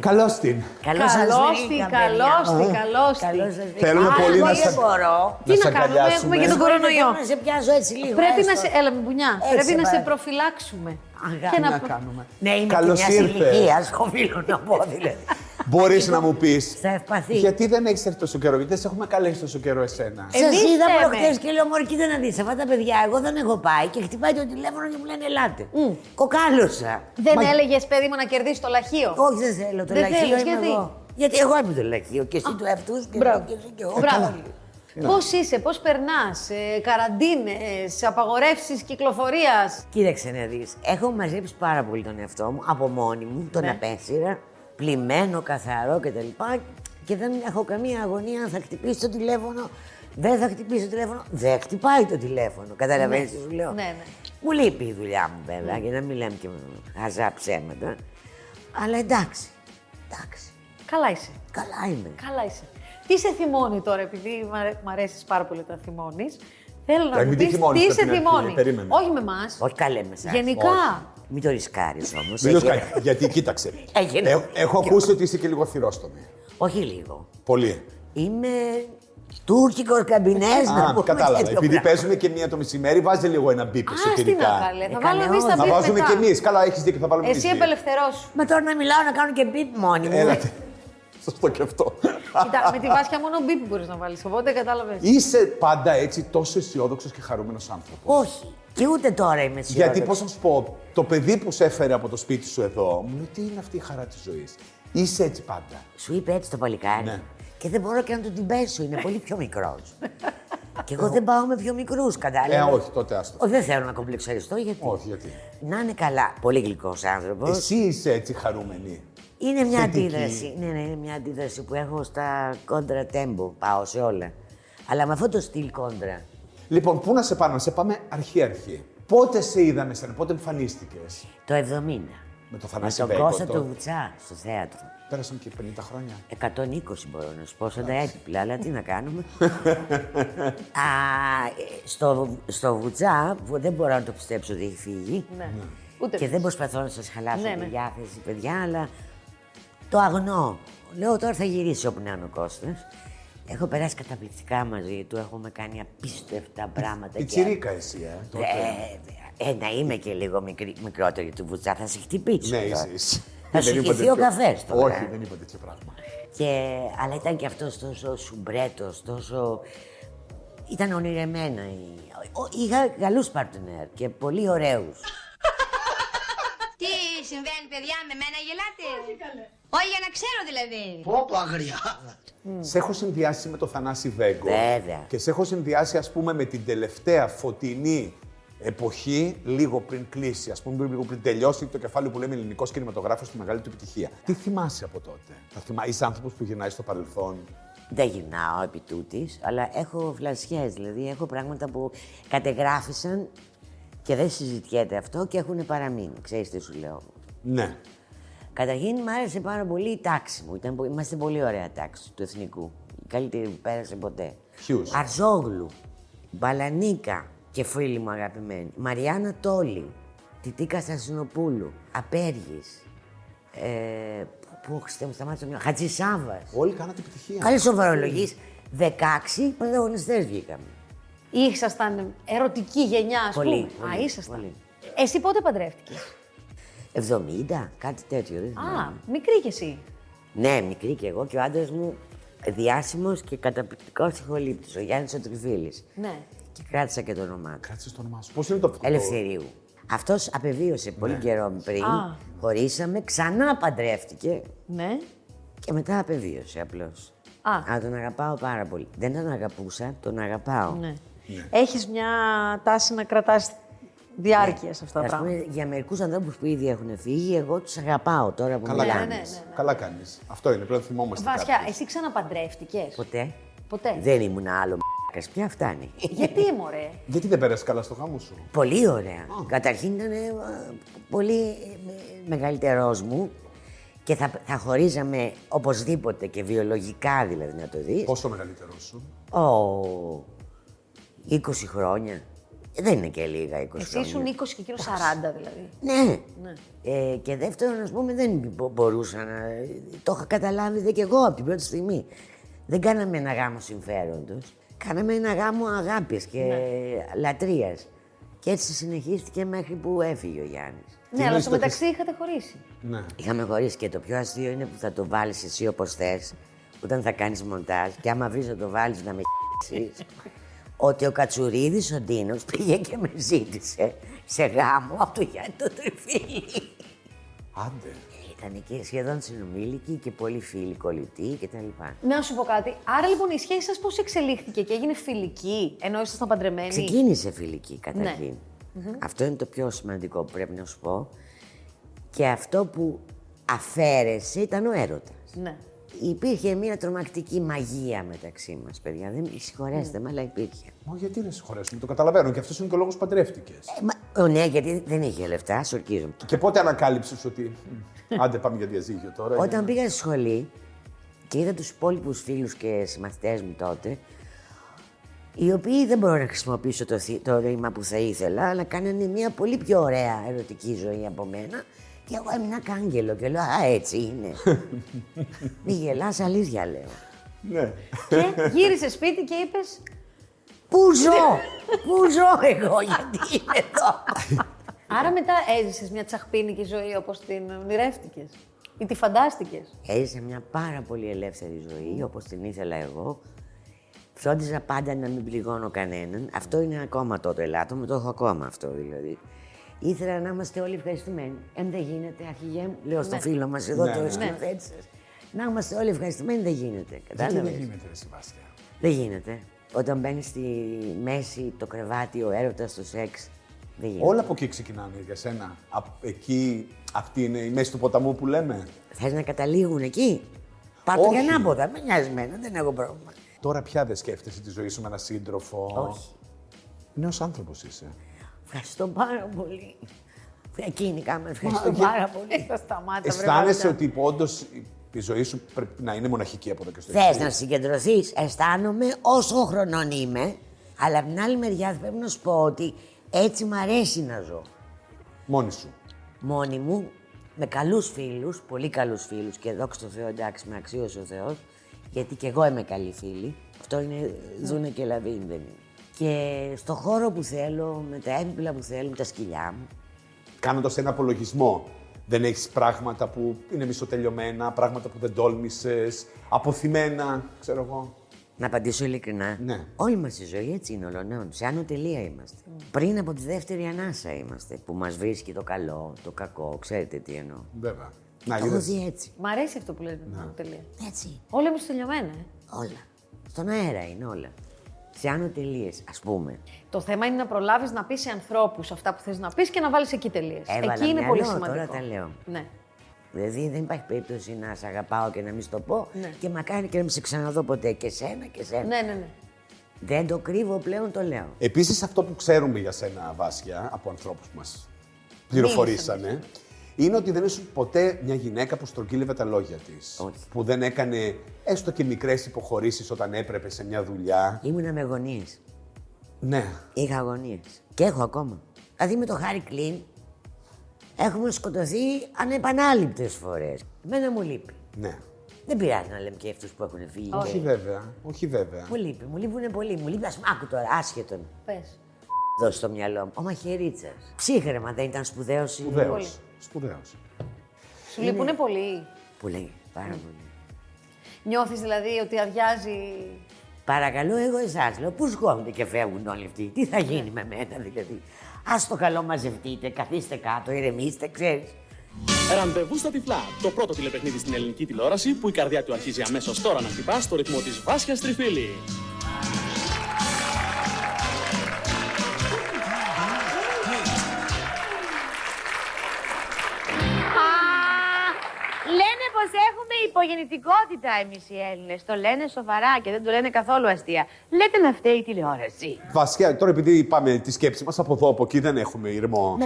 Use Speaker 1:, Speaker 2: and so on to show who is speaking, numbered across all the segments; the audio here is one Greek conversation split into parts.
Speaker 1: Καλώς την.
Speaker 2: Καλώς σας
Speaker 3: Καλώ την,
Speaker 2: βρήκα,
Speaker 3: καλώ
Speaker 2: παιδιά.
Speaker 3: την, καλώ
Speaker 2: Καλώς
Speaker 3: την.
Speaker 2: σας βρήκα.
Speaker 1: Θέλουμε
Speaker 2: Α,
Speaker 1: πολύ
Speaker 2: εγώ
Speaker 1: να
Speaker 2: δεν
Speaker 1: σε-
Speaker 2: μπορώ.
Speaker 3: Τι
Speaker 1: Να σε
Speaker 3: να κάνουμε,
Speaker 1: αγκαλιάσουμε.
Speaker 3: έχουμε και τον
Speaker 1: Εγώ
Speaker 3: κορονοϊό.
Speaker 2: Θέλω να σε πιάσω έτσι λίγο. ε,
Speaker 3: Πρέπει
Speaker 2: έστω.
Speaker 3: να σε. Έλα, με μπουνιά.
Speaker 2: Έτσι,
Speaker 3: Πρέπει να σε
Speaker 2: πάρε.
Speaker 3: προφυλάξουμε.
Speaker 2: Αγάπη.
Speaker 3: Και
Speaker 1: Να
Speaker 3: προ-
Speaker 1: κάνουμε.
Speaker 2: Ναι, είναι
Speaker 1: Καλώς
Speaker 2: και μιας
Speaker 1: ήρθες.
Speaker 2: ηλικίας, οφείλω να πω δηλαδή.
Speaker 1: Μπορείς να μου πεις,
Speaker 2: Στα ευπαθή.
Speaker 1: γιατί δεν έχεις έρθει τόσο καιρό, γιατί δεν σε έχουμε καλέσει τόσο καιρό εσένα.
Speaker 2: Σα
Speaker 3: Εμείς
Speaker 2: είδα
Speaker 3: θέμε.
Speaker 2: προχτέ και λέω: Μωρή, κοίτα να δεις αυτά τα παιδιά. Εγώ δεν έχω πάει και χτυπάει το τηλέφωνο και μου λένε: Ελάτε. Κοκάλωσα.
Speaker 3: Δεν έλεγες, παιδί μου, να κερδίσεις το λαχείο.
Speaker 2: Όχι, δεν θέλω το
Speaker 3: Δεν
Speaker 2: λαχείο.
Speaker 3: θέλεις,
Speaker 2: είμαι
Speaker 3: γιατί?
Speaker 2: εγώ. Γιατί εγώ είμαι το λαχείο και εσύ του εαυτούς και εγώ και εσύ και εγώ.
Speaker 3: Μπράβο. Πώς είσαι, πώς περνάς, ε, καραντίνες, απαγορεύσεις κυκλοφορίας.
Speaker 2: Κοίταξε να δεις. Έχω μαζέψει πάρα πολύ τον εαυτό μου από μόνη μου,
Speaker 3: Ναι.
Speaker 2: τον απέσυρα, πλημμένο, καθαρό κτλ. Και δεν έχω καμία αγωνία αν θα χτυπήσει το τηλέφωνο. Δεν θα χτυπήσει το τηλέφωνο. Δεν χτυπάει το τηλέφωνο. Καταλαβαίνεις τι σου λέω.
Speaker 3: Ναι, ναι.
Speaker 2: Μου λείπει η δουλειά μου βέβαια, για να μην λέμε και χαζά ψέματα. Αλλά εντάξει. Εντάξει.
Speaker 3: Καλά είσαι.
Speaker 2: Καλά είμαι.
Speaker 3: Καλά είσαι. Τι σε θυμώνει τώρα, επειδή μου αρέσεις πάρα πολύ όταν θυμώνεις. Θέλω να
Speaker 1: Ε,
Speaker 3: μου
Speaker 1: μην τη
Speaker 3: πεις
Speaker 1: θυμώνεις
Speaker 3: τι
Speaker 1: απ'
Speaker 3: σε
Speaker 1: την αρχή, ε,
Speaker 3: θυμώνει.
Speaker 1: περίμενε.
Speaker 3: Όχι με εμάς.
Speaker 2: Όχι καλέ με σας.
Speaker 3: Γενικά.
Speaker 2: Μην το ρισκάρεις όμως.
Speaker 1: Μην το
Speaker 2: έτσι.
Speaker 1: σκάκεις, γιατί κοίταξε.
Speaker 2: Έγινε.
Speaker 1: Έχ- Έχω ακούσει ότι είσαι και λίγο θυρόστομη.
Speaker 2: Όχι λίγο.
Speaker 1: Πολύ.
Speaker 2: Είμαι τουρκικός καμπινές, να
Speaker 1: Α,
Speaker 2: πούμε
Speaker 1: κατάλαβα.
Speaker 2: τέτοιο
Speaker 1: Επειδή
Speaker 2: πράγμα.
Speaker 1: παίζουμε και μία το μεσημέρι, βάζει λίγο ένα μπίπ
Speaker 3: Α, τι να
Speaker 1: εσωτερικά.
Speaker 3: καλέ. Θα
Speaker 2: Ε,
Speaker 3: βάλω
Speaker 2: κανένα
Speaker 3: εμείς τα
Speaker 2: όχι.
Speaker 1: Να
Speaker 3: μπιπ
Speaker 1: βάζουμε
Speaker 3: μετά.
Speaker 1: κι εμείς. Καλά, έχεις δίκιο, θα βάλουμε
Speaker 3: Εσύ
Speaker 1: εμείς δύο.
Speaker 3: απελευθερώσου.
Speaker 2: Μα τώρα να μιλάω να κάνω και μπιπ μόνη μου.
Speaker 1: Έλατε. Σωστό και αυτό.
Speaker 3: Κοίτα, με τη βάσια μόνο μπίπ μπορείς να βάλεις. Οπότε κατάλαβες.
Speaker 1: Είσαι πάντα έτσι τόσο αισιόδοξος και χαρούμενος άνθρωπος.
Speaker 2: Όχι. Και ούτε τώρα είμαι αισιόδοξη.
Speaker 1: Γιατί, πώς να σου πω, το παιδί που σε έφερε από το σπίτι σου εδώ, μου λέει τι είναι αυτή η χαρά της ζωής. Είσαι έτσι πάντα.
Speaker 2: Σου είπε έτσι το παλικάρι.
Speaker 1: Ναι.
Speaker 2: Και δεν μπορώ και να του την πέσω, είναι πολύ πιο μικρός. και εγώ δεν πάω με πιο μικρούς, κατάλαβες.
Speaker 1: Ε, όχι, τότε άστο.
Speaker 2: Ο, δεν θέλω να κομπλεξαριστώ γιατί.
Speaker 1: Όχι, γιατί.
Speaker 2: Να είναι καλά. Πολύ γλυκός άνθρωπος.
Speaker 1: Εσύ είσαι έτσι χαρούμενη.
Speaker 2: Είναι μια
Speaker 1: θετική.
Speaker 2: αντίδραση. Ναι, ναι, είναι μια αντίδραση που έχω στα κόντρα τέμπο. Πάω σε όλα. Αλλά με αυτό το στυλ κόντρα.
Speaker 1: Λοιπόν, πού να σε πάμε, να σε πάμε αρχή-αρχή. Πότε σε είδαμε, σαν πότε εμφανίστηκες.
Speaker 2: Το 70.
Speaker 1: Με το
Speaker 2: Με
Speaker 1: Θανάση
Speaker 2: τον
Speaker 1: Βέικο.
Speaker 2: Κώστα
Speaker 1: το-
Speaker 2: του Βουτσά στο θέατρο.
Speaker 1: Πέρασαν και 50 χρόνια.
Speaker 2: 120 μπορώ να σου πω, σαν τα έπιπλα, αλλά τι να κάνουμε. Α, ε, στο, στο Βουτσά, που δεν μπορώ να το πιστέψω ότι έχει φύγει.
Speaker 3: Ναι. Ούτε
Speaker 2: Και
Speaker 3: εμείς.
Speaker 2: δεν προσπαθώ να σας χαλάσω
Speaker 3: Ναι,
Speaker 2: τη
Speaker 3: ναι.
Speaker 2: διάθεση, παιδιά, αλλά το αγνώ. Λέω τώρα θα γυρίσει όπου να είναι ο Κώστας. Έχω περάσει καταπληκτικά μαζί του, έχουμε κάνει απίστευτα πράγματα.
Speaker 1: Η τσιρίκα εσύ, ε.
Speaker 2: Ε,
Speaker 1: τότε.
Speaker 2: ε, ε, να είμαι και λίγο μικρή, μικρότερη του Βουτσά, θα σε χτυπήσω.
Speaker 1: Ναι,
Speaker 2: τώρα.
Speaker 1: είσαι. είσαι.
Speaker 2: Θα
Speaker 1: Δεν
Speaker 2: σου
Speaker 1: είπα
Speaker 2: χυθεί ο
Speaker 1: τέτοιο.
Speaker 2: καφές τώρα.
Speaker 1: Όχι, δεν είπα τέτοιο πράγμα.
Speaker 2: Και, αλλά ήταν και αυτός τόσο σουμπρέτος, τόσο... Ήταν ονειρεμένα. η- ο- Είχα καλούς παρτενέρ και πολύ ωραίους.
Speaker 4: Τι συμβαίνει, παιδιά, με μένα γελάτε. Όχι, καλέ. Όχι, για να ξέρω δηλαδή.
Speaker 1: Mm. Σε έχω συνδυάσει με το Θανάση Βέγκο.
Speaker 2: Βέβαια.
Speaker 1: Και σε έχω συνδυάσει, ας πούμε, με την τελευταία φωτεινή εποχή, λίγο πριν κλείσει, ας πούμε, λίγο πριν τελειώσει το κεφάλαιο που λέμε ελληνικός κινηματογράφος στη μεγάλη του επιτυχία. Τι θυμάσαι από τότε. Θα θυμά... Είσαι άνθρωπος που γυρνάει στο παρελθόν.
Speaker 2: Δεν γυρνάω επί τούτης, αλλά έχω φλασιές, δηλαδή έχω πράγματα που κατεγράφησαν και δεν συζητιέται αυτό και έχουν παραμείνει. Ξέρεις τι σου λέω.
Speaker 1: Ναι.
Speaker 2: Καταρχήν μου άρεσε πάρα πολύ η τάξη μου. Ήταν, πο- είμαστε πολύ ωραία τάξη του εθνικού. Η καλύτερη που πέρασε ποτέ.
Speaker 1: Ποιους?
Speaker 2: Αρζόγλου, Μπαλανίκα και φίλοι μου αγαπημένοι. Μαριάννα Τόλη, Τιτίκα Στασινοπούλου, Απέργης. Ε, που, που χριστέ μου σταμάτησε το μυαλό. Χατζησάβας.
Speaker 1: Όλοι κάνατε επιτυχία.
Speaker 2: Καλής σοβαρολογής. 16 πρωταγωνιστές βγήκαμε.
Speaker 3: Ήσασταν ερωτική γενιά, ας πούμε.
Speaker 2: Πολύ,
Speaker 3: Α,
Speaker 2: πολύ,
Speaker 3: ήσασταν.
Speaker 2: πολύ.
Speaker 3: Εσύ πότε παντρεύτηκες.
Speaker 2: 70, κάτι τέτοιο. Δεν θυμάμαι.
Speaker 3: Α, μικρή κι εσύ.
Speaker 2: Ναι, μικρή και εγώ και ο άντρας μου διάσημος και καταπληκτικός ηχολήπτης, ο Γιάννης ο Τριφίλης.
Speaker 3: Ναι.
Speaker 2: Και κράτησα και το όνομά του.
Speaker 1: Κράτησες το όνομά σου. Πώς είναι το αυτό.
Speaker 2: Ελευθερίου. Αυτός απεβίωσε πολύ καιρό πριν.
Speaker 3: Α.
Speaker 2: Χωρίσαμε, ξανά παντρεύτηκε
Speaker 3: Ναι.
Speaker 2: και μετά απεβίωσε απλώς.
Speaker 3: Α.
Speaker 2: Αλλά τον αγαπάω πάρα πολύ. Δεν τον αγαπούσα, τον αγαπάω.
Speaker 3: ναι. Έχεις μια τάση να κρατάς διάρκειας σε αυτά τα
Speaker 2: Ναι. Ας
Speaker 3: πράγματα.
Speaker 2: πούμε, για μερικούς ανθρώπους που ήδη έχουν φύγει, εγώ τους αγαπάω τώρα που
Speaker 1: Καλά
Speaker 2: μιλάμε.
Speaker 1: κάνει. Καλά κάνεις. Αυτό είναι. Πρέπει να θυμόμαστε.
Speaker 3: Βασιά,
Speaker 1: κάτι.
Speaker 3: εσύ ξαναπαντρεύτηκες.
Speaker 2: Ποτέ
Speaker 3: Ποτέ.
Speaker 2: δεν ήμουν άλλο πλάκα, πια φτάνει.
Speaker 3: Γιατί, μωρέ.
Speaker 1: Γιατί δεν πέρασε καλά στο γάμο σου.
Speaker 2: Πολύ ωραία. Καταρχήν ήταν ε, πολύ μεγαλύτερός μου και θα, θα χωρίζαμε οπωσδήποτε και βιολογικά δηλαδή να το δεις.
Speaker 1: Πόσο μεγαλύτερο σου.
Speaker 2: Ω, 20 χρόνια. Ε, Δεν είναι και λίγα 20
Speaker 3: Εσύ
Speaker 2: χρόνια.
Speaker 3: ήσουν 20 και εκείνος 40 δηλαδή.
Speaker 2: Ναι. Ε, και δεύτερον, ας πούμε, δεν μπο- μπορούσα να. Το είχα καταλάβει δε κι εγώ από την πρώτη στιγμή. Δεν κάναμε ένα γάμο συμφέροντος. Κάναμε ένα γάμο αγάπης και λατρείας. Και έτσι συνεχίστηκε μέχρι που έφυγε ο Γιάννης.
Speaker 1: Τι
Speaker 3: Ναι, αλλά
Speaker 1: λες
Speaker 3: στο
Speaker 1: το
Speaker 3: μεταξύ είχατε χωρίσει.
Speaker 1: Ναι.
Speaker 2: Είχαμε χωρίσει και το πιο αστείο είναι που θα το βάλεις εσύ όπως θες, όταν θα κάνεις μοντάζ, και άμα βρεις να το βάλεις να με χ***σεις, ότι ο Κατσουρίδης ο Ντίνος πήγε και με ζήτησε σε γάμο από το Γιάννη το Τριφύλι.
Speaker 1: Άντε.
Speaker 2: Ήταν εκεί σχεδόν συνομήλικοι και πολύ φίλοι κολλητοί κτλ.
Speaker 3: Να σου πω κάτι. Άρα λοιπόν η σχέση σας πώς εξελίχθηκε και έγινε φιλική ενώ ήσασταν παντρεμένοι.
Speaker 2: Ξεκίνησε φιλική καταρχήν. Αυτό είναι το πιο σημαντικό που πρέπει να σου πω. Και αυτό που αφαίρεσε ήταν ο έρωτας.
Speaker 3: Ναι.
Speaker 2: Υπήρχε μια τρομακτική μαγεία μεταξύ μας, παιδιά. Δεν συγχωρέστε με, αλλά υπήρχε.
Speaker 1: Μα γιατί δεν συγχωρέσουμε, το καταλαβαίνω. Και αυτός είναι και ο λόγος που παντρεύτηκες.
Speaker 2: Ε, μα, ο, ναι, γιατί δεν είχε λεφτά, σορκίζομαι.
Speaker 1: Και πότε ανακάλυψες ότι. «Μ, Άντε, πάμε για διαζύγιο τώρα.
Speaker 2: Όταν πήγα στη σχολή και είδα τους υπόλοιπους φίλους και συμμαθητές μου τότε, οι οποίοι δεν μπορώ να χρησιμοποιήσω το, θη- το ρήμα που θα ήθελα, αλλά κάνανε μια πολύ πιο ωραία ερωτική ζωή από μένα και εγώ έμεινα κάγκελο και λέω «Α, έτσι είναι». Μη γελάς, αλήθεια λέω.
Speaker 1: Ναι.
Speaker 3: Και γύρισε σπίτι και είπες.
Speaker 2: Πού ζω, πού ζω εγώ, γιατί είμαι εδώ.
Speaker 3: Άρα μετά έζησες μια τσαχπίνικη ζωή όπως την ονειρεύτηκες ή τη φαντάστηκες.
Speaker 2: Έζησα μια πάρα πολύ ελεύθερη ζωή, όπως την ήθελα εγώ. Φρόντιζα πάντα να μην πληγώνω κανέναν. Αυτό είναι ακόμα το ελάττωμα, το έχω ακόμα αυτό δηλαδή. Ήθελα να είμαστε όλοι ευχαριστημένοι. Εν δεν γίνεται, αρχηγέ μου, λέω στον φίλο μας εδώ,
Speaker 1: Ναι, ναι.
Speaker 2: το σκηνοθέτης σας. Να είμαστε όλοι ευχαριστημένοι δεν γίνεται.
Speaker 1: Γιατί δεν
Speaker 2: Κατάλαβες.
Speaker 1: γίνεται, ρε Σεβάστια.
Speaker 2: Δεν γίνεται. Όταν μπαίνεις στη μέση το κρεβάτι, ο έρωτας, το σεξ, δεν γίνεται.
Speaker 1: Όλα από εκεί ξεκινάνε για σένα. Απ' εκεί, αυτή είναι η μέση του ποταμού που λέμε.
Speaker 2: Θες να καταλήγουν εκεί. Πάρτε
Speaker 1: Όχι.
Speaker 2: και ανάποδα, με νοιάζει εμένα, δεν έχω πρόβλημα.
Speaker 1: Τώρα πια δεν σκέφτεσαι τη ζωή σου με έναν σύντροφο.
Speaker 2: Όχι.
Speaker 1: Νέος άνθρωπος είσαι.
Speaker 2: Ευχαριστώ πάρα πολύ. Εκείνη κάμα, ευχαριστώ
Speaker 1: Μα,
Speaker 2: πάρα πολύ.
Speaker 3: Θα σταμάτα,
Speaker 1: Αισθάνεσαι ότι όντως η ζωή σου πρέπει να είναι μοναχική από εδώ και στο
Speaker 2: Θες
Speaker 1: εξής.
Speaker 2: να συγκεντρωθείς, αισθάνομαι όσο χρονών είμαι, αλλά από την άλλη μεριά πρέπει να σου πω ότι έτσι μ' αρέσει να ζω.
Speaker 1: Μόνη σου.
Speaker 2: Μόνη μου, με καλούς φίλους, πολύ καλούς φίλους και δόξα τω Θεώ, εντάξει, με αξίωσε ο Θεός, γιατί και εγώ είμαι καλή φίλη. Αυτό είναι ζούνε και λαβίν, δεν είναι. Και στο χώρο που θέλω, με τα έπιπλα που θέλω, με τα σκυλιά μου,
Speaker 1: Κάνοντας ένα απολογισμό. Δεν έχεις πράγματα που είναι μισοτελειωμένα, πράγματα που δεν τόλμησες, αποθυμένα, ξέρω εγώ.
Speaker 2: Να απαντήσω ειλικρινά.
Speaker 1: Ναι.
Speaker 2: Όλη μας η ζωή έτσι είναι ολονών. Σε άνω τελεία είμαστε. Πριν από τη δεύτερη ανάσα είμαστε. Που μας βρίσκει το καλό, το κακό. Ξέρετε τι εννοώ.
Speaker 1: Βέβαια. Να,
Speaker 2: Το έχω
Speaker 1: είδες.
Speaker 2: δει έτσι.
Speaker 3: Μ' αρέσει αυτό που λέτε. Ναι. Τελεία.
Speaker 2: Έτσι.
Speaker 3: Όλα μου τελειωμένα. ε.
Speaker 2: Όλα. Στον αέρα είναι όλα. Σε άνω τελείες, ας πούμε.
Speaker 3: Το θέμα είναι να προλάβεις να πεις σε ανθρώπους αυτά που θες να πεις και να βάλεις εκεί τελείες.
Speaker 2: Έβαλα
Speaker 3: Εκεί είναι
Speaker 2: μυαλό,
Speaker 3: πολύ
Speaker 2: τώρα
Speaker 3: σημαντικό.
Speaker 2: τα λέω.
Speaker 3: Ναι.
Speaker 2: Δηλαδή δεν υπάρχει περίπτωση να σε αγαπάω και να μην σου το πω και μακάρι και να μην σε ξαναδώ ποτέ και σένα και σένα.
Speaker 3: ναι, ναι, ναι.
Speaker 2: Δεν το κρύβω πλέον, το λέω.
Speaker 1: Επίσης, αυτό που ξέρουμε για σένα, Βάσια, από ανθρώπους που μας πληροφορήσανε, είναι ότι δεν ήσουν ποτέ μια γυναίκα που στρογγύλευε τα λόγια της.
Speaker 2: Όχι.
Speaker 1: Που δεν έκανε έστω και μικρές υποχωρήσεις όταν έπρεπε σε μια δουλειά.
Speaker 2: Ήμουνα με γονείς.
Speaker 1: Ναι.
Speaker 2: Είχα αγωνίε. Και έχω ακόμα. Δηλαδή με το Χάρη Κλίν έχουμε σκοτωθεί ανεπανάληπτες φορές. Εμένα μου λείπει.
Speaker 1: Ναι.
Speaker 2: Δεν πειράζει να λέμε και αυτούς που έχουν φύγει.
Speaker 1: Όχι βέβαια. Όχι βέβαια.
Speaker 2: Μου λείπει, μου λείπουν πολύ. Μου λείπει, ας άκου τώρα, άσχετον.
Speaker 3: Πες.
Speaker 2: Δώσει στο μυαλό μου. Ο Μαχαιρίτσα. Ψύχρεμα δεν ήταν σπουδαίος.
Speaker 1: Σπουδαίο.
Speaker 3: Πολύ.
Speaker 1: Σπουδαίος.
Speaker 3: Σου λείπουν πολύ.
Speaker 2: Πολύ, πάρα πολύ.
Speaker 3: Νιώθεις δηλαδή ότι αδειάζει.
Speaker 2: Παρακαλώ, εγώ εσάς λέω, πού σκόβονται και φεύγουν όλοι αυτοί. Τι θα γίνει με μένα, δηλαδή. Ας το καλό μαζευτείτε, καθίστε κάτω, ηρεμήστε, ξέρεις.
Speaker 5: Ραντεβού στα τυφλά. Το πρώτο τηλεπαιχνίδι στην ελληνική τηλεόραση που η καρδιά του αρχίζει αμέσως τώρα να χτυπά στο ρυθμό της Βάσιας Τριφίλη.
Speaker 6: Λένε πω Μας έχουμε υπογεννητικότητα εμείς οι Έλληνες. Το λένε σοβαρά και δεν το λένε καθόλου αστεία. Λέτε να φταίει η τηλεόραση.
Speaker 1: Βασικά, τώρα επειδή πάμε τη σκέψη μας από εδώ, από εκεί, δεν έχουμε Ναι. ηρμό.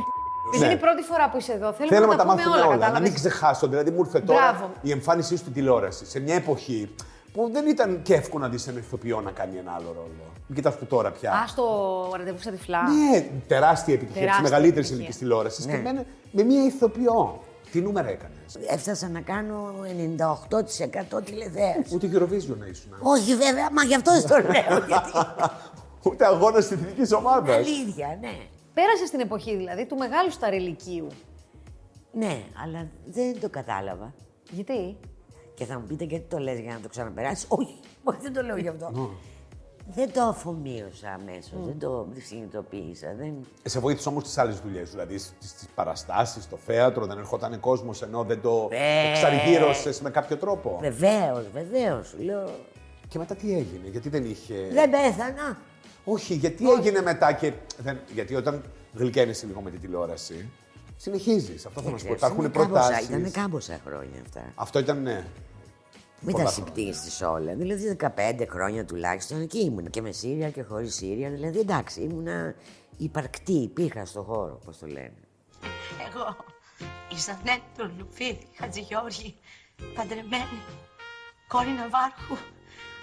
Speaker 3: Επειδή είναι η πρώτη φορά που είσαι εδώ, θέλουμε,
Speaker 1: Θέλουμε να τα
Speaker 3: πούμε
Speaker 1: μάθουμε όλα, να μην
Speaker 3: κατάλαβες.
Speaker 1: ξεχάσουν. Δηλαδή, μου ήρθε τώρα
Speaker 3: Μπράβο.
Speaker 1: η εμφάνισή σου στην τηλεόραση σε μια εποχή που δεν ήταν και εύκολο να δεις έναν ηθοποιό να κάνει ένα άλλο ρόλο. Μην κοιτάς που τώρα πια.
Speaker 3: Α το ραντεβού στα τυφλά.
Speaker 1: Ναι, τεράστια επιτυχία της
Speaker 3: Τεράστια
Speaker 1: μεγαλύτερης
Speaker 3: επιτυχία.
Speaker 1: ηλικία τηλεόραση. Και με, με μια ηθοποιό. Τι νούμερα έκανες.
Speaker 2: Έφτασα να κάνω 98% τηλεθέαση.
Speaker 1: Ούτε Eurovision να ήσουν.
Speaker 2: Όχι βέβαια, μα γι' αυτό στο λέω. Γιατί
Speaker 1: Ούτε αγώνα της εθνικής ομάδας.
Speaker 2: αλήθεια, ναι.
Speaker 3: Πέρασε στην εποχή δηλαδή του μεγάλου σταριλικίου.
Speaker 2: Ναι, αλλά δεν το κατάλαβα.
Speaker 3: Γιατί?
Speaker 2: Και θα μου πείτε γιατί το λες για να το ξαναπεράσει. Όχι, όχι, δεν το λέω γι' αυτό. Δεν το αφομοίωσα αμέσως, δεν το συνειδητοποίησα. Δεν...
Speaker 1: Ε, Σε βοήθησε όμως τις άλλες δουλειές, δηλαδή στις παραστάσεις, στο θέατρο, δεν ερχόταν κόσμος ενώ δεν το
Speaker 2: Ε.
Speaker 1: εξαργύρωσες με κάποιο τρόπο.
Speaker 2: Ναι. Βεβαίως, βεβαίως. Λέω.
Speaker 1: Και μετά τι έγινε, γιατί δεν είχε.
Speaker 2: Δεν πέθανα.
Speaker 1: Όχι, γιατί έγινε μετά και. Δεν... Γιατί όταν γλυκαίνεσαι λίγο με τη τηλεόραση, συνεχίζεις. Αυτό θα μα πω. Υπάρχουν
Speaker 2: Ήταν
Speaker 1: προτάσει.
Speaker 2: κάμποσα χρόνια αυτά.
Speaker 1: Αυτό ήταν, ναι.
Speaker 2: Μην
Speaker 1: Πολλά
Speaker 2: τα
Speaker 1: χρόνια.
Speaker 2: συμπτύσεις όλα. Δηλαδή 15 χρόνια τουλάχιστον εκεί ήμουν. Και με Σύρια και χωρίς Σύρια. Δηλαδή εντάξει, ήμουνα υπαρκτή, υπήρχα στο χώρο, όπως το λένε.
Speaker 7: Εγώ ήσαν τον Λουφίδη Χατζηγιώργη, παντρεμένη, κόρη Ναυάρχου,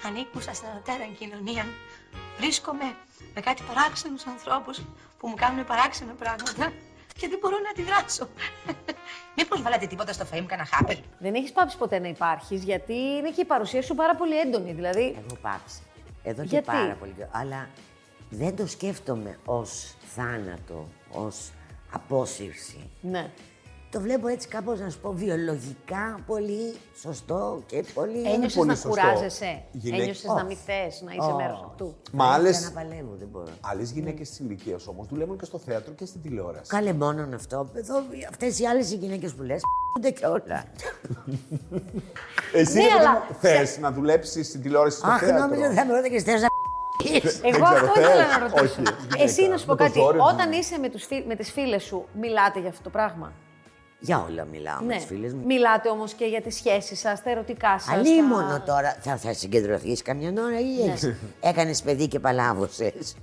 Speaker 7: ανήκουσα στην ανωτέραν κοινωνία. Βρίσκομαι με κάτι παράξενους ανθρώπους που μου κάνουν παράξενα πράγματα και δεν μπορώ να αντιδράσω.
Speaker 4: Μήπως βάλατε τίποτα στο φαΐ μου κανένα χάπι.
Speaker 3: Δεν έχεις πάψει ποτέ να υπάρχεις, γιατί είναι και η παρουσία σου πάρα πολύ έντονη. Δηλαδή,
Speaker 2: Έχω πάψει. Εδώ και
Speaker 3: Γιατί?
Speaker 2: πάρα πολύ καιρό. Αλλά δεν το σκέφτομαι ως θάνατο, ως απόσυρση.
Speaker 3: ναι.
Speaker 2: Το βλέπω έτσι κάπως να σου πω βιολογικά πολύ σωστό και πολύ...
Speaker 3: Ένιωσες
Speaker 1: πολύ
Speaker 3: να
Speaker 1: σωστό.
Speaker 3: κουράζεσαι.
Speaker 1: Γυναίκες-
Speaker 3: Ένιωσες να
Speaker 2: Όχι.
Speaker 3: μην θε να είσαι
Speaker 2: Όχι.
Speaker 3: μέρος αυτού.
Speaker 1: Μα άλλες
Speaker 2: Να παλεύω, δεν μπορώ.
Speaker 1: άλλες γυναίκες της ηλικίας όμως δουλεύουν και στο θέατρο και στην τηλεόραση.
Speaker 2: Κάλε μόνον αυτό. Εδώ αυτές οι άλλες οι γυναίκες που λες, και όλα.
Speaker 1: Εσύ
Speaker 3: Ναι,
Speaker 1: ναι,
Speaker 3: αλλά-
Speaker 1: θες να δουλέψεις στην τηλεόραση στο
Speaker 2: Αχ,
Speaker 1: θέατρο.
Speaker 2: νόμιζα θα με ρώταγες θες να π***εις.
Speaker 3: Εγώ
Speaker 1: ξέρω,
Speaker 3: αυτό ήθελα
Speaker 1: θες.
Speaker 3: να ρωτήσω.
Speaker 1: Όχι,
Speaker 3: Εσύ
Speaker 1: γυναίκα.
Speaker 3: να σου πω
Speaker 1: Με το
Speaker 3: κάτι.
Speaker 1: ζόρι,
Speaker 3: Όταν
Speaker 1: ναι.
Speaker 3: είσαι με, τους φι... με τις φίλες σου, μιλάτε για αυτό το πράγμα.
Speaker 2: Για όλα μιλάω
Speaker 3: Ναι.
Speaker 2: με τις φίλες μου.
Speaker 3: Μιλάτε όμως και για τις σχέσεις σας, τα ερωτικά σας.
Speaker 2: Αλίμονο τώρα. Θα, θα συγκεντρωθείς καμιά ώρα ή
Speaker 3: Ναι.
Speaker 2: έχεις... έκανες παιδί και παλάβωσες.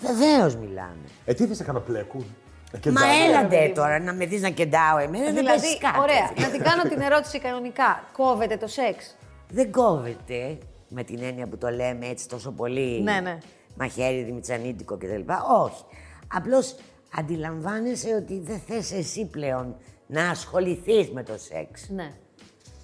Speaker 2: Βεβαίως μιλάμε.
Speaker 1: Ε, τι θα σε καταπλέκουν.
Speaker 2: Μα
Speaker 3: παιδί
Speaker 2: έλατε
Speaker 3: μου.
Speaker 2: τώρα να με δεις να κεντάω εμένα. δεν
Speaker 3: Δηλαδή,
Speaker 2: πες κάτω.
Speaker 3: ωραία, να την κάνω την ερώτηση κανονικά. Κόβεται το σεξ.
Speaker 2: Δεν κόβεται με την έννοια που το λέμε έτσι τόσο πολύ.
Speaker 3: Ναι, ναι.
Speaker 2: Μαχαίρι, δημητσανίτικο κτλ. Όχι. Απλώς αντιλαμβάνεσαι ότι δεν θες εσύ πλέον να ασχοληθείς με το σεξ.
Speaker 3: Ναι.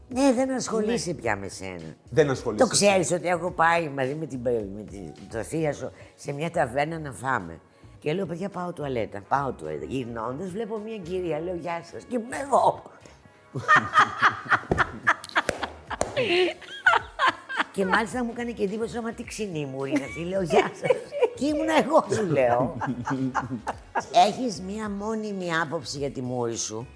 Speaker 2: Ναι, δεν ασχολείσαι πια με σένα.
Speaker 1: Δεν ασχολείσαι.
Speaker 2: Το ξέρει ότι έχω πάει μαζί με, την, με τη, το θεία σου σε μια ταβέρνα να φάμε. Και λέω, παιδιά, πάω τουαλέτα. Πάω τουαλέτα. Γυρνώντας, βλέπω μια κυρία, λέω, Γεια σας. Και ήμουν εγώ. και μάλιστα μου έκανε και εντύπωση, Μα τι ξινή μου είναι αυτή. Λέω, Γεια σας. και ήμουν εγώ, σου λέω. Έχεις μία μόνιμη άποψη για τη μούρη σου,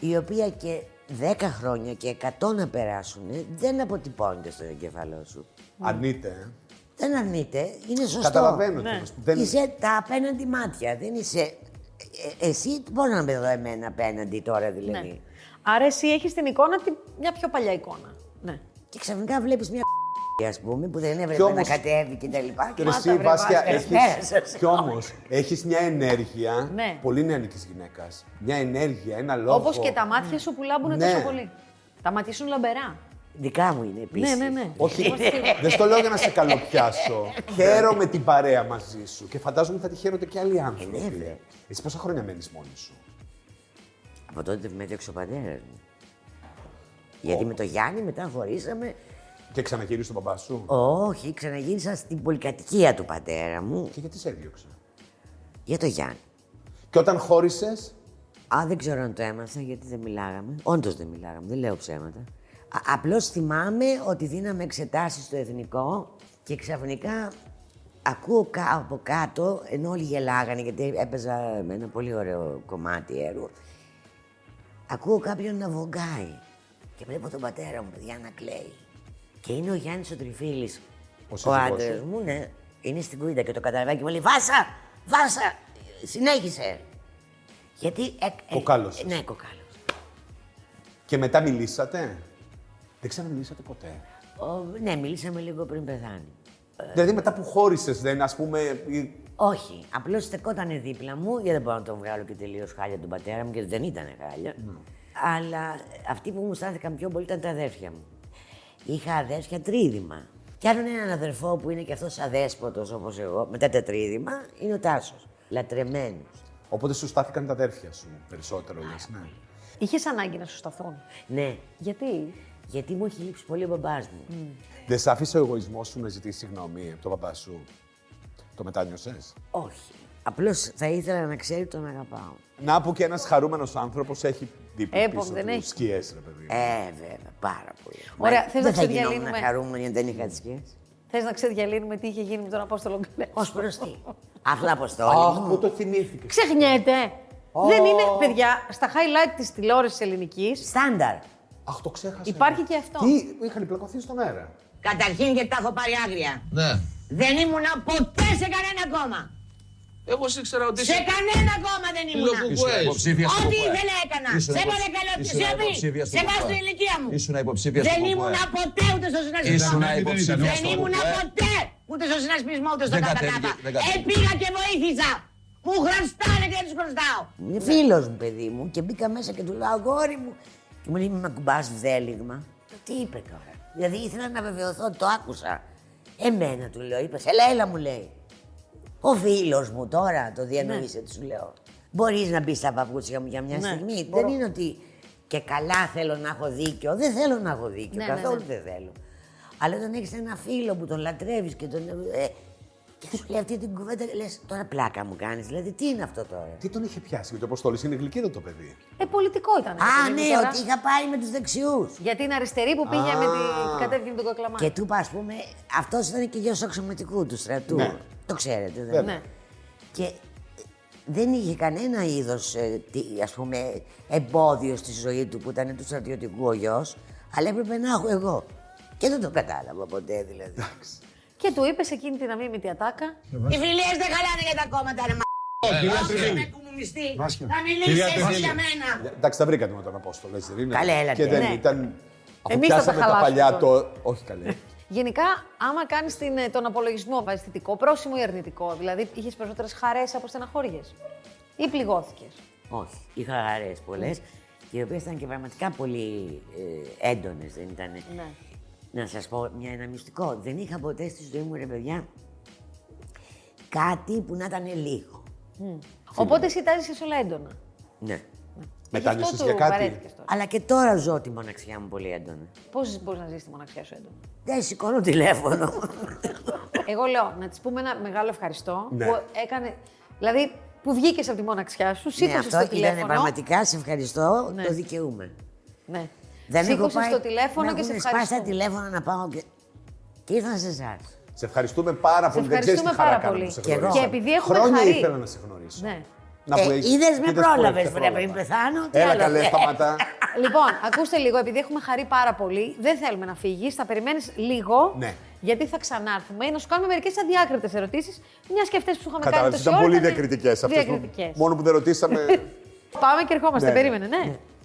Speaker 2: η οποία και 10 χρόνια και 100 να περάσουν, δεν αποτυπώνεται στον εγκεφαλό σου.
Speaker 1: Αρνείται. ε.
Speaker 2: Δεν αρνείται, είναι σωστό. Ναι.
Speaker 1: Καταλαβαίνω τι μας- που δεν-
Speaker 2: Είσαι τα απέναντι μάτια, δεν είσαι... ε, ε, εσύ μπορεί να με δω εμένα απέναντι τώρα δηλαδή.
Speaker 3: Ναι. Άρα εσύ έχεις την εικόνα, τη- μια πιο παλιά εικόνα. Ναι.
Speaker 2: Και ξαφνικά βλέπεις μια ας πούμε, που δεν
Speaker 1: Κι
Speaker 2: έπρεπε να
Speaker 1: όμως-
Speaker 2: κατέβει και τα λοιπά.
Speaker 1: Και
Speaker 2: Και μάτα,
Speaker 1: εσύ,
Speaker 2: βρε,
Speaker 1: Βάσκια,
Speaker 2: Βάσκα, πέρασε,
Speaker 1: έχεις, κι όμως, έχεις μια ενέργεια
Speaker 3: Ναι.
Speaker 1: πολύ νεανικής γυναίκας. Μια ενέργεια, ένα λόγο.
Speaker 3: Όπως και τα μάτια σου που λάμπουν
Speaker 1: Ναι.
Speaker 3: τόσο πολύ. Τα μάτια σου είναι λαμπερά.
Speaker 2: Δικά μου είναι επίσης.
Speaker 3: Ναι, ναι, ναι.
Speaker 1: Όχι, δεν στο λέω για να σε καλοπιάσω. Χαίρομαι την παρέα μαζί σου και φαντάζομαι θα τη χαίρονται και άλλοι άνθρωποι.
Speaker 2: Ε, ναι, βέβαια.
Speaker 1: Εσύ πόσα χρόνια μένεις μόνη σου.
Speaker 2: Από τότε που με έδιωξε ο πατέρα μου. Γιατί με το Γιάννη μετά χωρίσαμε.
Speaker 1: Και ξαναγυρίζεις τον μπαμπά σου.
Speaker 2: Όχι, ξαναγύρισα στην πολυκατοικία του πατέρα μου
Speaker 1: Και γιατί σε έδιωξε.
Speaker 2: για το Γιάννη.
Speaker 1: Και όταν χώρισες,
Speaker 2: Α, δεν ξέρω αν το έμαθα γιατί δεν μιλάγαμε. Όντως δεν μιλάγαμε, δεν λέω ψέματα. Απλώς θυμάμαι ότι δίναμε εξετάσεις στο εθνικό και ξαφνικά ακούω κα- από κάτω, ενώ όλοι γελάγανε γιατί έπαιζα με ένα πολύ ωραίο κομμάτι έργο. Ακούω κάποιον να βογκάει και βλέπω τον πατέρα μου, παιδιά, να κλαίει. Και είναι ο Γιάννης ο Τριφίλης, Ο,
Speaker 1: σύζυγός
Speaker 2: άντρας
Speaker 1: σου.
Speaker 2: μου, ναι, είναι στην κουίντα και το καταλαβαίνει και μου λέει Βάσα! Βάσα! Συνέχισε! Γιατί. εκ- ε, εκ-
Speaker 1: Κοκάλωσες.
Speaker 2: ναι, κοκάλωσες.
Speaker 1: Και μετά μιλήσατε. Δεν ξαναμιλήσατε ποτέ.
Speaker 2: Ο, ναι, μιλήσαμε λίγο πριν πεθάνει.
Speaker 1: Δηλαδή μετά που χώρισες, δεν ας πούμε. ή-
Speaker 2: Όχι. Απλώς στεκόταν δίπλα μου, γιατί δεν μπορώ να τον βγάλω και τελείως χάλια τον πατέρα μου, γιατί δεν ήταν χάλια. Αλλά αυτοί που μου στάθηκαν πιο πολύ ήταν τα αδέρφια μου. Είχα αδέρφια τρίδημα. Κι άλλον έναν αδερφό που είναι και αυτός αδέσποτος όπως εγώ, μετά τετρίδημα, είναι ο Τάσος. Λατρεμένος.
Speaker 1: Οπότε σου στάθηκαν τα αδέρφια σου περισσότερο, λες, ναι.
Speaker 3: Είχες ανάγκη να σου σταθούν.
Speaker 2: Ναι,
Speaker 3: Γιατί.
Speaker 2: γιατί μου έχει λείψει πολύ ο μπαμπάς μου.
Speaker 1: Δεν σε άφησε ο εγωισμός σου να ζητήσεις συγγνώμη από τον παπά σου. Το μετάνιωσες.
Speaker 2: Όχι. Απλώς θα ήθελα να ξέρει ότι τον αγαπάω.
Speaker 1: Να που και ένας χαρούμενος άνθρωπος έχει δίπλα
Speaker 3: Ε,
Speaker 1: πίσω
Speaker 3: πως δεν
Speaker 1: του
Speaker 3: έχει.
Speaker 1: σκιές, ρε παιδί.
Speaker 2: Ε, βέβαια, πάρα πολύ.
Speaker 3: Ωραία,
Speaker 2: Μα
Speaker 3: θες να
Speaker 2: δεν θα
Speaker 3: ξεδιαλύνουμε.
Speaker 2: γινόμουν χαρούμενη αν δεν είχα τις σκιές.
Speaker 3: Θες να ξεδιαλύνουμε τι είχε γίνει με τον Απόστολο Γκρέ.
Speaker 2: Ω προ τι. Απλά
Speaker 1: Αχ,
Speaker 2: αποστόλη.
Speaker 1: που το θυμήθηκε.
Speaker 3: Ξεχνιέται. Δεν είναι, παιδιά, στα highlight της τηλεόρασης ελληνικής
Speaker 2: Στάνταρ.
Speaker 1: Αχ, το ξέχασα.
Speaker 3: υπάρχει και αυτό.
Speaker 1: Τι, είχαν πλακωθεί στον αέρα.
Speaker 8: Καταρχήν γιατί τα έχω πάρει άγρια.
Speaker 9: Ναι.
Speaker 8: Δεν ήμουνα ποτέ σε κανένα κόμμα.
Speaker 9: Εγώ ήξερα ότι
Speaker 8: Σε
Speaker 9: είσαι
Speaker 8: κανένα κόμμα δεν
Speaker 9: φίλο
Speaker 8: ήμουνα.
Speaker 9: κουκουέ.
Speaker 8: Ό,τι ήθελα έκανα. Σε παρακαλώ, τη σιωπή. Σε βάζω στην ηλικία μου.
Speaker 9: υποψήφια
Speaker 8: Δεν ήμουνα ποτέ ούτε στο συνασπισμό.
Speaker 9: Ήσουνα υποψήφια
Speaker 8: Δεν
Speaker 2: Ε,
Speaker 8: ήμουνα ποτέ ούτε στο συνασπισμό ούτε στο
Speaker 9: Ε. Δεν
Speaker 8: ΚΚ.
Speaker 9: κατέβηκε, δεν κατέβηκε.
Speaker 8: Επήγα Ε, και βοήθησα. Μου χρωστάνε και δεν τους χρωστάω.
Speaker 2: Είναι φίλος μου, παιδί μου. Και μπήκα μέσα και του λέω αγόρι μου. Και μου λέει με κουμπάς δέλιγμα. Τι είπε τώρα. Δηλαδή ήθελα να βεβαιωθώ, το άκουσα. Εμένα του λέω, είπες, έλα, έλα μου λέει. Ο φίλος μου τώρα, το
Speaker 8: Ναι.
Speaker 2: διανοείσαι, τους λέω. Μπορείς να μπεις στα παπούτσια μου για μια στιγμή. Δεν είναι ότι και καλά θέλω να έχω δίκιο. Δεν θέλω να έχω δίκιο.
Speaker 3: Ναι, ναι,
Speaker 2: καθόλου
Speaker 3: ναι.
Speaker 2: δεν θέλω. Αλλά όταν έχεις ένα φίλο που τον λατρεύεις και τον. Ε, και σου λέει αυτή την κουβέντα, λες τώρα πλάκα μου κάνεις. Δηλαδή, τι είναι αυτό τώρα.
Speaker 1: Τι τον είχε πιάσει με το Αποστόλη, είναι γλυκίδα το παιδί.
Speaker 3: Ε, πολιτικό ήταν.
Speaker 2: Α,
Speaker 3: ρε παιδί μου,
Speaker 2: ναι,
Speaker 3: τώρα.
Speaker 2: ότι είχα πάει με τους δεξιούς.
Speaker 3: Γιατί είναι αριστερή που πήγε με την κατεύθυνση του Κοκλαμά.
Speaker 2: Και του είπα, ας πούμε, αυτός ήταν και γιος αξιωματικού του στρατού.
Speaker 1: Ναι.
Speaker 2: Το ξέρετε, δεν
Speaker 1: Βέβαια.
Speaker 3: Ναι.
Speaker 2: Και ε, δεν είχε κανένα είδος ας πούμε, εμπόδιο στη ζωή του που ήταν του στρατιωτικού ο γιος, αλλά έπρεπε να έχω εγώ. Και δεν το κατάλαβα ποτέ δηλαδή.
Speaker 3: Και του είπες εκείνη την αμήμητη ατάκα.
Speaker 8: Οι φιλίες δεν χαλάνε για τα κόμματα, ρε μα. Όχι, με κουμουνιστή. Θα μιλήσει εσύ για μένα.
Speaker 1: Ε, Εντάξει, τα βρήκατε με τον Απόστολο, έτσι δεν είναι.
Speaker 2: Καλέ, έλατε.
Speaker 1: Και δεν
Speaker 3: Ναι.
Speaker 1: ήταν. Αφού
Speaker 3: Εμείς θα τα
Speaker 1: πιάσαμε τα,
Speaker 3: χαλάσουμε
Speaker 1: παλιά
Speaker 3: τώρα.
Speaker 1: το. Όχι καλέ.
Speaker 3: Γενικά, άμα κάνεις τον απολογισμό, βάζεις θετικό πρόσημο ή αρνητικό. Δηλαδή, είχες περισσότερες χαρές από στεναχώριες. Ή πληγώθηκες.
Speaker 2: Όχι. Είχα χαρές πολλές και οι οποίες ήταν και πραγματικά πολύ ε, έντονες, δεν ήταν.
Speaker 3: Ναι.
Speaker 2: Να σας πω μια, ένα μυστικό. Δεν είχα ποτέ στη ζωή μου, ρε παιδιά, κάτι που να ήταν λίγο.
Speaker 3: Οπότε εσύ τα ζήσες όλα έντονα.
Speaker 2: Ναι.
Speaker 1: Μετάνιωσε
Speaker 3: Αυτό
Speaker 1: για
Speaker 3: του
Speaker 1: κάτι.
Speaker 3: βαρέθηκες τώρα.
Speaker 2: Αλλά και τώρα ζω τη μοναξιά μου πολύ έντονα.
Speaker 3: Πώς μπορείς να ζήσει τη μοναξιά σου έντονα.
Speaker 2: Δεν σηκώνω τηλέφωνο.
Speaker 3: Εγώ λέω να της πούμε ένα μεγάλο ευχαριστώ
Speaker 1: Ναι.
Speaker 3: που έκανε. Δηλαδή, που βγήκες από τη μοναξιά σου,
Speaker 2: ναι,
Speaker 3: σήκωσε
Speaker 2: αυτό
Speaker 3: το
Speaker 2: ήταν
Speaker 3: τηλέφωνο.
Speaker 2: πραγματικά, σε ευχαριστώ,
Speaker 3: Ναι.
Speaker 2: το δικαιούμαι.
Speaker 3: Ναι.
Speaker 2: Δεν έχω
Speaker 3: σήκωσες
Speaker 2: πάει
Speaker 3: το τηλέφωνο
Speaker 2: να
Speaker 3: και σε
Speaker 2: έχουν σπάσει τα
Speaker 3: ευχαριστώ.
Speaker 2: τηλέφωνα να πάω και... Και ήρθα σε εσάς.
Speaker 1: Σε ευχαριστούμε πάρα πολύ. Δεν ξέρεις τι
Speaker 3: ευχαριστούμε
Speaker 1: χαρά
Speaker 3: πάρα
Speaker 1: κάνω
Speaker 3: πολύ.
Speaker 1: που σε
Speaker 2: Και εγώ.
Speaker 1: γνώρισα.
Speaker 2: Και
Speaker 3: επειδή έχουμε
Speaker 1: Χρόνια
Speaker 3: χαρεί.
Speaker 1: ήθελα να σε γνωρίσω.
Speaker 3: Ναι.
Speaker 1: Να που
Speaker 2: Ε,
Speaker 1: έχεις-
Speaker 2: είδες, με
Speaker 1: είδες που
Speaker 2: πρόλαβες,
Speaker 1: έχεις
Speaker 2: βρε, πριν
Speaker 1: πρόλαβα.
Speaker 2: πεθάνω. τι
Speaker 1: Έλα
Speaker 2: άλλο. Ε,
Speaker 1: καλέ, σταματά.
Speaker 3: Λοιπόν, ακούστε λίγο, επειδή έχουμε χαρεί πάρα πολύ, δεν θέλουμε να φύγεις. Θα περιμένεις λίγο.
Speaker 1: Ναι.
Speaker 3: Γιατί θα ξανάρθουμε ή να σου κάνουμε μερικές αδιάκριτες ερωτήσεις, μιας και αυτές που
Speaker 2: ε,
Speaker 3: είχαμε κάνει
Speaker 1: Κατάλαβες,
Speaker 3: τόση
Speaker 1: ήταν
Speaker 3: ώρα
Speaker 1: πολύ
Speaker 3: ήτανε
Speaker 1: διακριτικές αυτές.
Speaker 3: διακριτικές.
Speaker 1: Μόνο που δεν ρωτήσαμε.
Speaker 3: Πάμε και ερχόμαστε,
Speaker 1: Ναι, ναι.
Speaker 3: περίμενε, ναι.